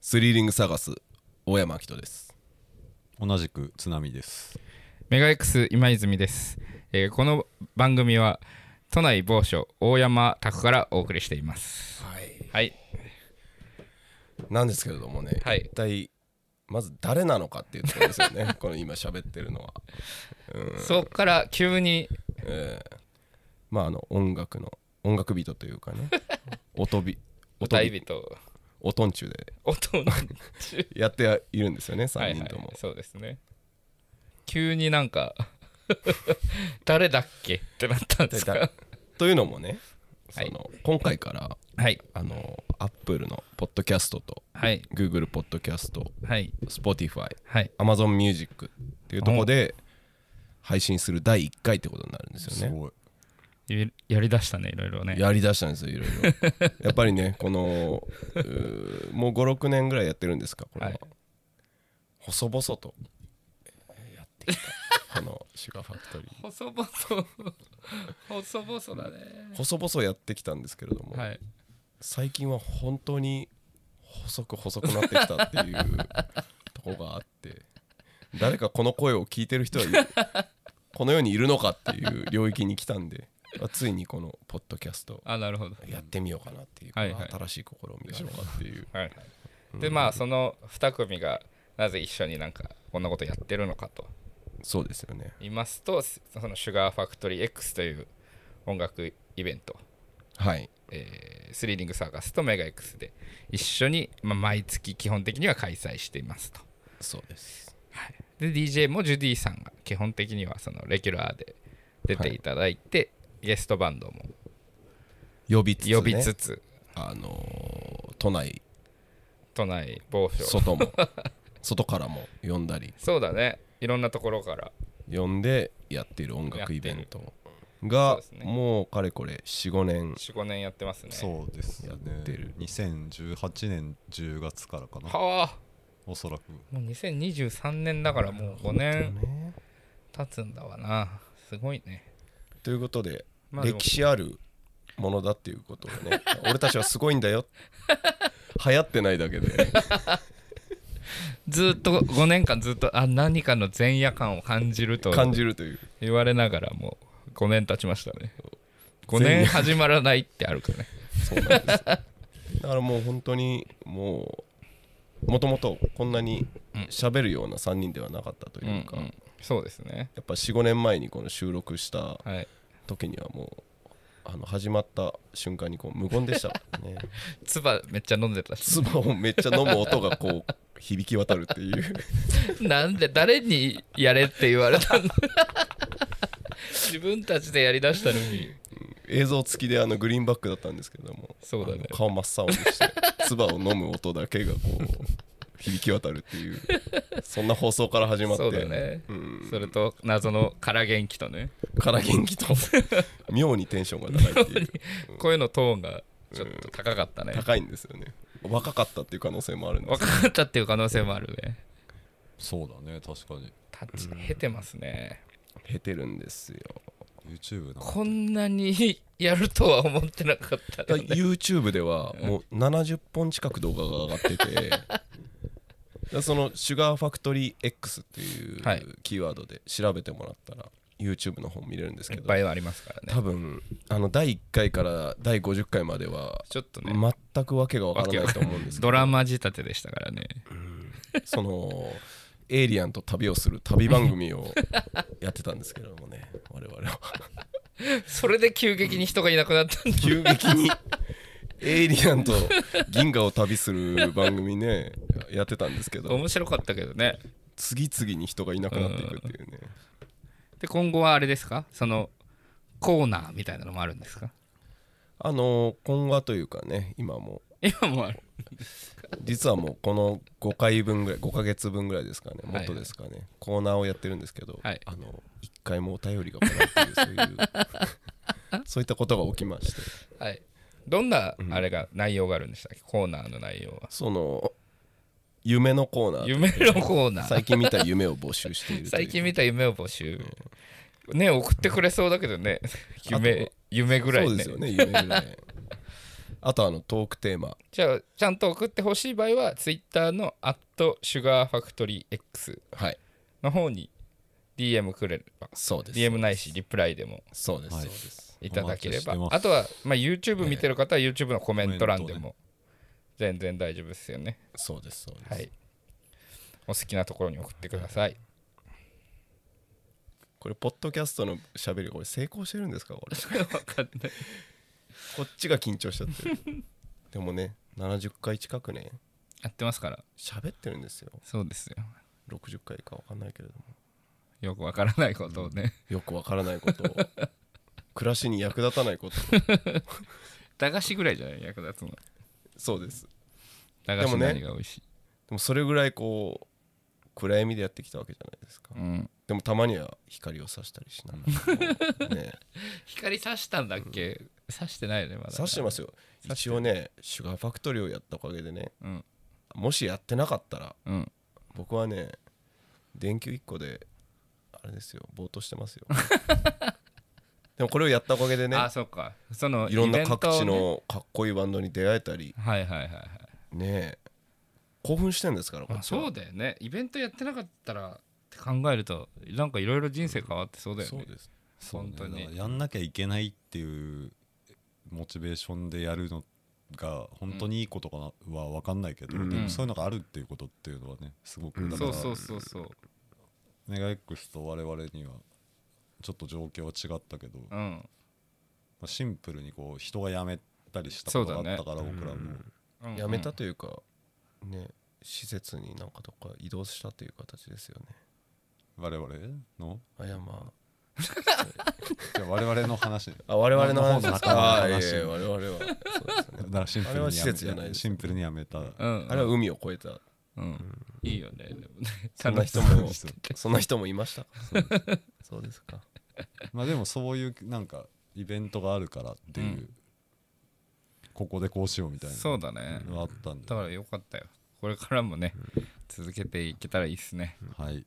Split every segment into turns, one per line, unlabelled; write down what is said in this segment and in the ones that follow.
スリリング探す大山明人です
同じく津波です
メガ X 今泉です、えーこの番組は都内某所大山宅からお送りしています
はい
はい
なんですけれどもね、
はい
一体まず誰なのかっていうところですよ ねこの今喋ってるのは、
そっから急に
えーまああの音楽の音楽人というか ね音び
歌い
び
人
音んちゅうで
音の中
やっているんですよね
はい
3
は
人
い
とも、
そうですね急になんか 誰だっけってなったんです
誰
か
だというのもねそ
は
の、
い
今回から
はい
あのアップルのポッドキャストと
はい
Google ポッドキャスト
はい
Spotify
はい
Amazon Music っていうところで配信する第1回ってことになるんですよね
ごい
ゆやりだしたねいろいろね
やりだしたんですよいろい ろやっぱりねこのうーもう56年ぐらいやってるんですかこれは、
はい
細々とやってき たこのシュガーファクトリー
細々細々だね
細々やってきたんですけれども、
はい
最近は本当に細く細くなってきたっていう とこがあって誰かこの声を聞いてる人はいるこの世にいるのかっていう領域に来たんで、まあついにこのポッドキャスト
あなるほど
やってみようかなっていう、
はいはい
新しい試みでしょうかっていう
はい、でまあその2組がなぜ一緒になんかこんなことやってるのかと
そうですよね
言いますとその「シュガーファクトリー X」という音楽イベント、
はい
えースリリングサーカスとメガ X で一緒に、まあ、毎月基本的には開催していますと
そうです
で DJ もジュディさんが基本的にはそのレギュラーで出ていただいて、ゲストバンドも
呼びつつ、ね、
呼びつつ、
あのー都内
都内某所
外も外からも呼んだり
そうだねいろんなところから
呼んでやっている音楽イベントが
やってるそうですね
もうかれこれ45年
45年やってますね
そうですね
やってる
2018年10月からかな
はあ
おそらく
もう2023年だからもう5年経つんだわなすごいね
ということで、
まあでも
歴史あるものだっていうことをね 俺たちはすごいんだよ流行ってないだけで
ずーっと5年間ずっとあ何かの前夜感を感じると
感じるという
言われながらもう5年経ちましたね5年始まらないってあるからね
そうなんですだからもう本当にもうもともとこんなに喋るような3人ではなかったと
うん
いうか、
う
や
んそうですね
っぱ45年前にこの収録した
はい
時にはもうあの始まった瞬間にこう無言でしたからね
唾めっちゃ飲んでたし
唾をめっちゃ飲む音がこう響き渡るって いう
なんで誰にやれって言われたんだ 自分たちでやりだしたのに
映像付きであのグリーンバックだったんですけども
そうだね
あの顔真っ青にして唾を飲む音だけがこう響き渡るっていうそんな放送から始まって
そうだね
うん、
それと謎の空元気とね
から元気 と妙にテンションが高いっていう
声のトーンがちょっと高かったね
高いんですよね若かったっていう可能性もあるんです
若かったっていう可能性もあるね
そうだね確かに
タッチ経てますね
減ってるんですよ
YouTube な
こんなに やるとは思ってなかった
だ
ね
YouTube ではもう70本近く動画が上がって てだその「シュガーファクトリー X」ってい
はいう
キーワードで調べてもらったら YouTube の方見れるんです
い
け
っ
ど
ぱいはありますからね
多分あの第1回から第50回までは
ちょっとね
全くわけがわからないと思うんですけど
ドラマ仕立てでした からね
そのエイリアンと旅をする旅番組 をやってたんですけどもね我々は
それで急激に人がいなくなったんだ
急激 にエイリアンと銀河を旅する番組ねやってたんですけど
面白かったけどね
次々に人がいなくなっていくっていうね
で今後はあれですかそのコーナーみたいなのもあるんですか
あの今後はというかね今も
今もある
実はもうこの5回分ぐらい5ヶ月分ぐらいですかね
い
もっとですかね、コーナーをやってるんですけど、
はい
あの1回もお便りが来ないっていうそういうそうい ったことが起きまして
はいどんなあれが内容があるんでしたっけコーナーの内容は
その夢のコーナー
夢のコーナー
最近見た夢を募集しているという
最近見た夢を募集、ね送ってくれそうだけどね
あと
夢夢ぐらい
そう
ね
ですよね夢ぐらいああとあのトークテーマ
じゃあちゃんと送ってほしい場合は Twitter の「@sugarfactoryx」
はい
の方に DM くれれば
そうです
DM ないしリプライでも
そうです、
はい
そうです
いただけ
お待
れば
ちしてます
あとは、まあ、YouTube 見てる方は YouTube のコメント欄
コ
で
メン
も全然大丈夫ですよね
そうですそうです、
はいお好きなところに送ってください
これポッドキャストのしゃべりこれ成功してるんですかこれ
分かんない
こっちが緊張しちゃってるでもね70回近くね
やってますから
喋ってるんですよ
そうですよ
60回か分かんないけれども
よくわからないことをね、
よく分からないことを暮らしに役立たないことを
駄菓子ぐらいじゃない役立つの
そうです
駄菓
でも
子
ね
何が美味しい、
でもそれぐらいこう暗闇でやってきたわけじゃないですか、
うん、
でもたまには光を差したりしなが ら、ね、
光さしたんだっけさしてないよねまだ
差してます
よ、
よ一応ねシュガーファクトリーをやったおかげでね
うん
もしやってなかったら
うん、
僕はね電球1個であれですよぼーっとして ますよでもこれをやったおかげでね
あそうかその
いろんな
イベントを
各地
ね
のかっこいいバンドに出会えたり
はいはいはいはい
ね興奮してんですからこ
まあ
っちは
そうだよねイベントやってなかったらって考えるとなんかいろいろ人生変わってそうだよね、
です
そうね
本当に
だからやんなきゃいけないっていうモチベーションでやるのが本当にいいことかなは分かんないけど、
うん
でもそういうのがあるっていうことっていうのはねすごく
うん
だか
そ
ら
うそうそうそう
ネガ X と我々にはちょっと状況は違ったけど、
う
ま
ん、
あシンプルにこう人が辞めたりしたことがあったから僕らも、
うん、
やめたというかね施設になんかとか移動したという形ですよね
我々の
あいやま
じゃあ我々の話
ああ我々の話ですかあ
我
いえ
々の話
いえ我々はそうです ね
だからシンプ
あれ
ル
は
に
施
やめ
設じゃないです
シンプルに辞めた、
うん
あれは海を越えた
うん、いいよねでもね
そんな人もそんな人もいましたかそうですか
まあでもそういうなんかイベントがあるからっていう、
うん
ここでこうしようみたい
そうだね、
なのがあったんで
だ、からよかったよこれからもね、続けていけたらいいっすね
はい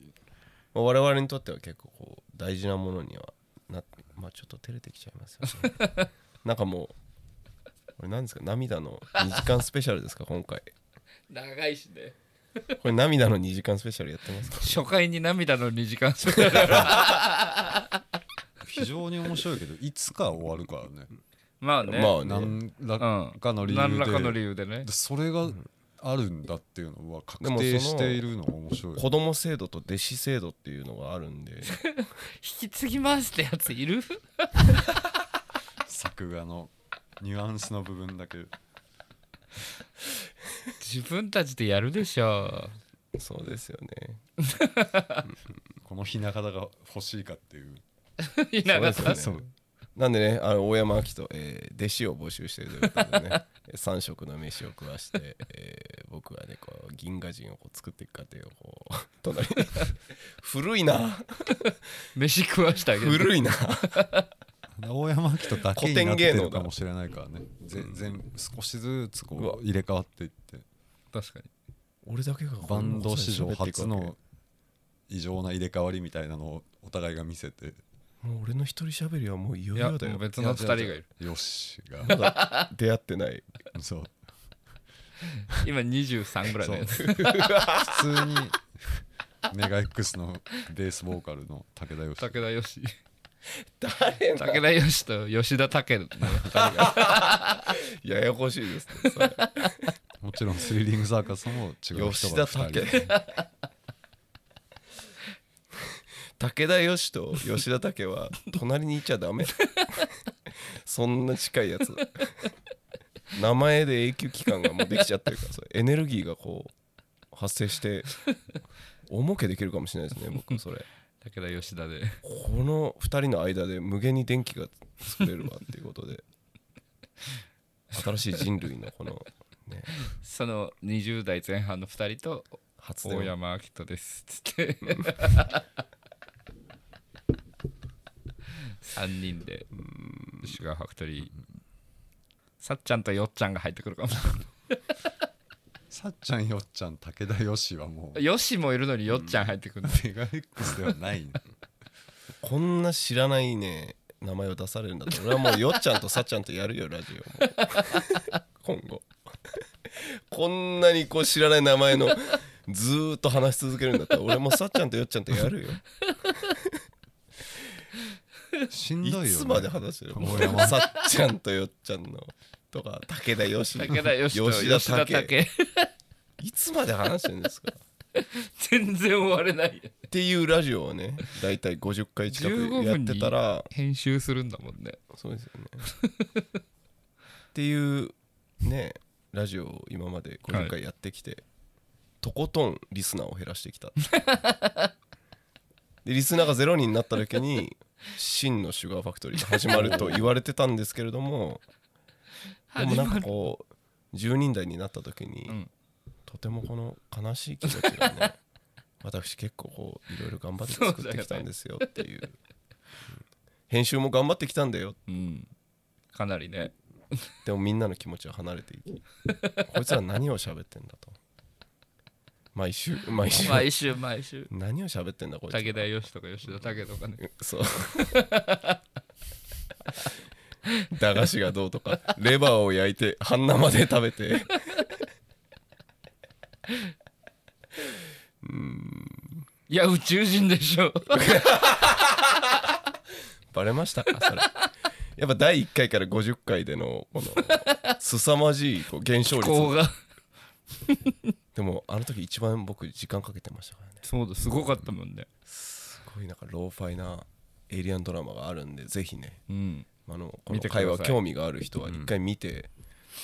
まあ我々にとっては結構こう大事なものにはなってまあちょっと照れてきちゃいますよね なんかもうこれ何ですか涙の2時間スペシャルですか今回
長いしね
これ涙の2時間スペシャルやってますか
初回に涙の2時間スペシャル
非常に面白いけどいつか終わるからね
まあね、
まあね
何らかの理由で、
何らかの理由でね
でそれがあるんだっていうのは確
でもその
定しているのが面白い
子供制度と弟子制度っていうのがあるんで
引き継ぎますってやついる
作画のニュアンスの部分だけ
自分たちでやるでしょ
そうですよね
この雛形が欲しいかっていう
う いなかっ
そうで
た
すよねなんでねあの大山明人、えー弟子を募集しているということでね3 食の飯を食わして、えー僕はねこう銀河人をこう作っていく過程をこう隣に 古いな
飯食わしたけど
古いな
大山明人だけになって
古典芸能
る
だ
かもしれないからね全然少しずつ
うわ
こう入れ替わっていって
確かに
俺だけが
バンド史上初の異常な入れ替わりみたいなのをお互いが見せて
もう俺の一人喋りはもういよ
い
い
や
よ
も
だよ
う別の2人がい
いや
る
よし
ま
が
だ出会ってない
そう
今23ぐらいだよね
そう普通にメガ X のベースボーカルの武田よし
武田 よし
誰
武田よしと吉田武の2人が
ややこしいですねそれ
もちろんスリリングサーカスも違う人
吉田
が2人
武武田よしと吉田武は隣にいちゃダメそんな近いやつ名前で永久期間がもうできちゃってるからそれエネルギーがこう発生して大儲けできるかもしれないですね僕それ
武田吉田で
この2人の間で無限に電気が作れるわっていうこと で新しい人類のこの、ね、
その20代前半の2人と
発電
大
を
山明人ですつって3人でシュガーファクトリーさっちゃんとよっちゃんが入ってくるかも
さっちゃんよっちゃん武田よしはもう
よしもいるのによっちゃん入ってくる
メガ X では ないね
こんな知ら ないね名前を出されるんだと俺はもうよっちゃんとさっちゃんとやるよラジオもこんなにこう知らない名前のずーっと話し続けるんだったら俺もさっちゃんとよっちゃんとやるよ
しん
い
どいよ、ね、
つま で話してる
も
も
う
う
山
さっちゃんとよっちゃんのとか武田よし
武田よしと
吉田
吉田
武
武
いつまで話してるんですか
全然終われないよ
っていうラジオをねだいたい50回近くやってたら
編集するんだもんね
そうですよねっていうねラジオを今まで50回やってきて、とことんリスナーを減らしてきたでリスナーがゼロ人になった時に真のシュガーファクトリーが始まると言われてたんですけれどもでもなんかこう10人台になった時に、
うん
とてもこの悲しい気持ちがね私結構こういろいろ頑張って作ってきたんですよっていううん編集も頑張ってきたんだよ
うんかなり ね
でもみんなの気持ちは離れてい きこいつら何を喋ってんだと毎 週毎週
毎週毎週
何を喋ってんだこいつら
武田よしとか吉田武とかね
そう駄菓子がどうとかレバーを焼いて半生で食べてうーん
いや宇宙人でし ょ
バレましたかそれやっぱ第1回から50回でのこの凄まじいこう減少率
こうが
でもあの時一番僕時間かけてましたからね
そうだすごかったもんね
すごいなんかローファイなエイリアンドラマがあるんでぜひね
うん
あのこ
見
の
てください
会話興味がある人は一回見て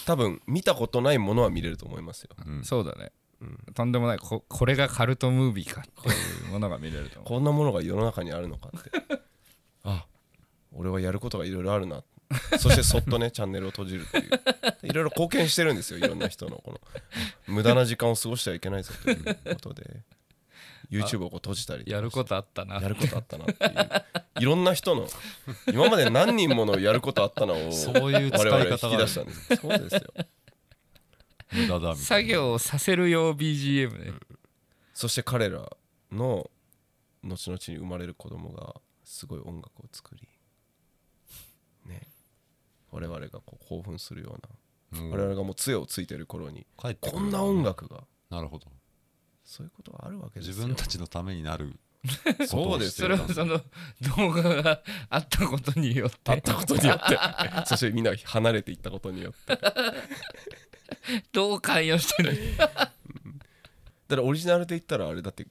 多分見たことないものは見れると思いますよ
うん
そうだね
うん
とんでもないここれがカルトムービーかっていうものが見れると思う
こんなものが世の中にあるのかって あ俺はやることがいろいろあるなそしてそっとね チャンネルを閉じるといういろいろ貢献してるんですよいろんな人のこの無駄な時間を過ごしてはいけないぞということで YouTube をこう閉じたりとか
やることあったな
やることあったなっていういろんな人の今まで何人ものやることあったのを
そういう使い方があ
我
る
々引き出したんですそうですよ
無駄だみた
作
いな
業をさせる用 BGM ね
そして彼らの後々に生まれる子供がすごい音楽を作りね我々がこう興奮するよう
うん
な我々がもう杖をついてる頃に
帰ってく
こ
る
んな音楽が
なるほど
そういうことがあるわけです
自
よ
分たちのために なる
そうです
そ
よ
れはその動画があったことによっ
あってたことによってそして みんなが離れていったことによって
どう関与してる
だからオリジナルで言ったらあれだって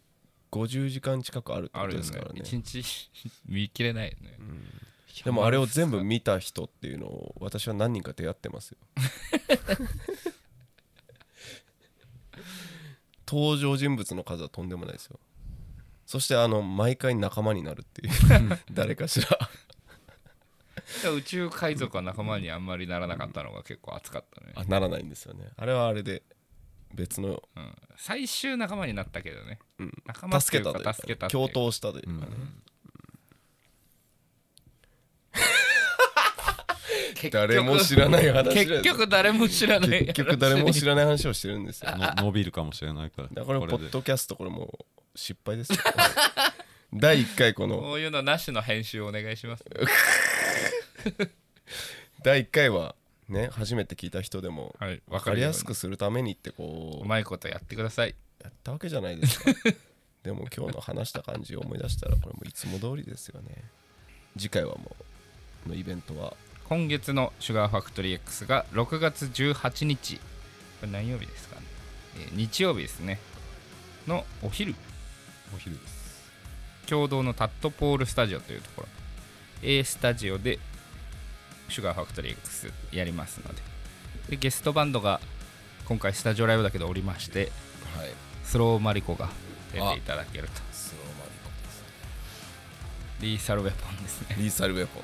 50時間近く あるってことですからね
一日 見切れないよね
でもあれを全部見た人っていうのを私は何人か出会ってます よ登場人物の数はとんでもないですよそしてあの毎回仲間になるっていう 誰かしら
宇宙海賊は仲間にあんまりならなかったのが結構熱かったね
あならないんですよねあれはあれで別の、
うん最終仲間になったけどね
うん、
仲間って
助
い
け
うか
たというか
助けたっていう
共
か
闘したというかね、
結局
誰も知らない話だよ
結局誰も知らない
結局誰も知らない話をしてるんですよ
の伸びるかもしれないから
だ からこれポ
で
ッドキャストこれもう失敗ですよ 第1回この
こういうのなしの編集お願いします
第1回はね初めて聞いた人でも
はい
分かりやすくするためにってこ
う
う
まいことやってください
やったわけじゃないです かでも今日の話した感じを思い出したらこれもいつも通りですよね次回はもうこのイベントは
今月の「シュガーファクトリー X」が6月18日これ何曜日ですかね、えー日曜日ですねのお昼
お昼です
共同のタットポールスタジオというところ A スタジオでシュガーファクトリー X やりますのででゲストバンドが今回スタジオライブだけどおりまして
はい
スローマリコが出ていただけると
スローマリコです
リーサルウェポンですね
リーサルウェポ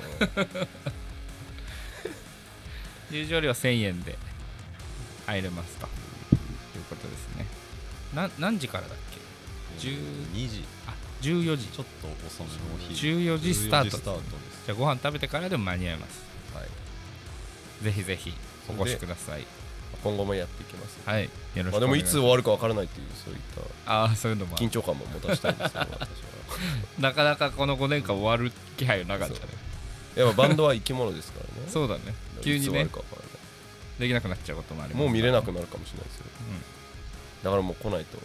ン
入場料1000円で入れますということですねな何時からだっけ10
2時
あ14時
ちょっと遅めのお昼
14時スタート
14時です
じゃあご飯食べてからでも間に合います
はい
ぜひぜひお越しください
今後もやっていきますよ
はいよろしく
ま
お
あで
願
も
い
い
しま
つ
す、
終わるか分からないっていうそういっ
ああそういうのも
た
ある
緊張感も持たしたいんですけど私は
なかなかこの5年間終わる気配はなかったね
やっぱバンドは生き物ですからね
そうだね急に
い
ね
つ終わるか分からない
できなくなっちゃうこともあります
もう見れな
く、
くなるかもしれないですよ
う
だからもう来ないと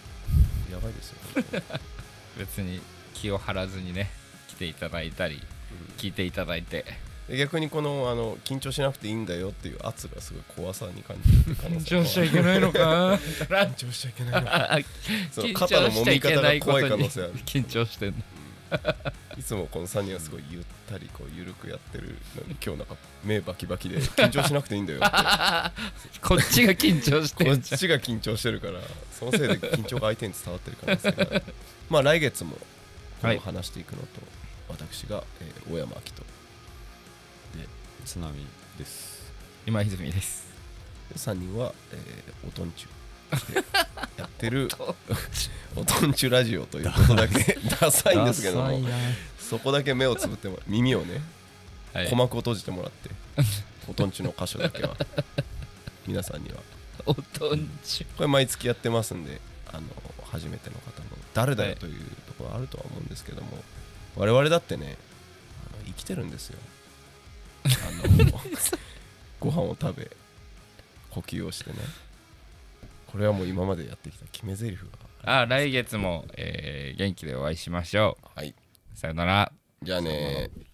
やばいですよ、
ん、別に気を張らずにね来ていただいたり聞いていただいて
で逆にこのあの緊張しなくていいんだよっていう圧がすごい怖さに感じる可能性も
いけないのか
緊張しちゃいけないの その
緊張
肩の
しちゃ
揉み
いけ
方
な
が
いこ
怖
と
い可
に
能性ある
緊張してんの
いつもこの3人はすごいゆったりこうゆるくやってるのに今日なんか目バキバキで緊張しなくていいんだよって
こっちが緊張 して
こっ
んじゃん
ちが緊張してるからそのせいで緊張が相手に伝わってる可能性があるまあ来月も今後話していくのと、私が、えー大山明と
津波です
今泉です
3人は、えー、おとんちゅうやって るおとんちゅラジオということだけダサいんですけど
ダサい
も
な
そこだけ目をつぶっても耳をね
はい
鼓膜を閉じてもらっておとんちゅの箇所だけは皆さんには
おとんちゅ
これ毎月やってますんであの初めての方も誰だよというところあるとは思うんですけども、我々だってねあの生きてるんですよあ のご飯を食べ呼吸をしてねこれはもう今までやってきた決め台詞が
あ来月も、えー元気でお会いしましょ
はいう
さよなら
じゃあねー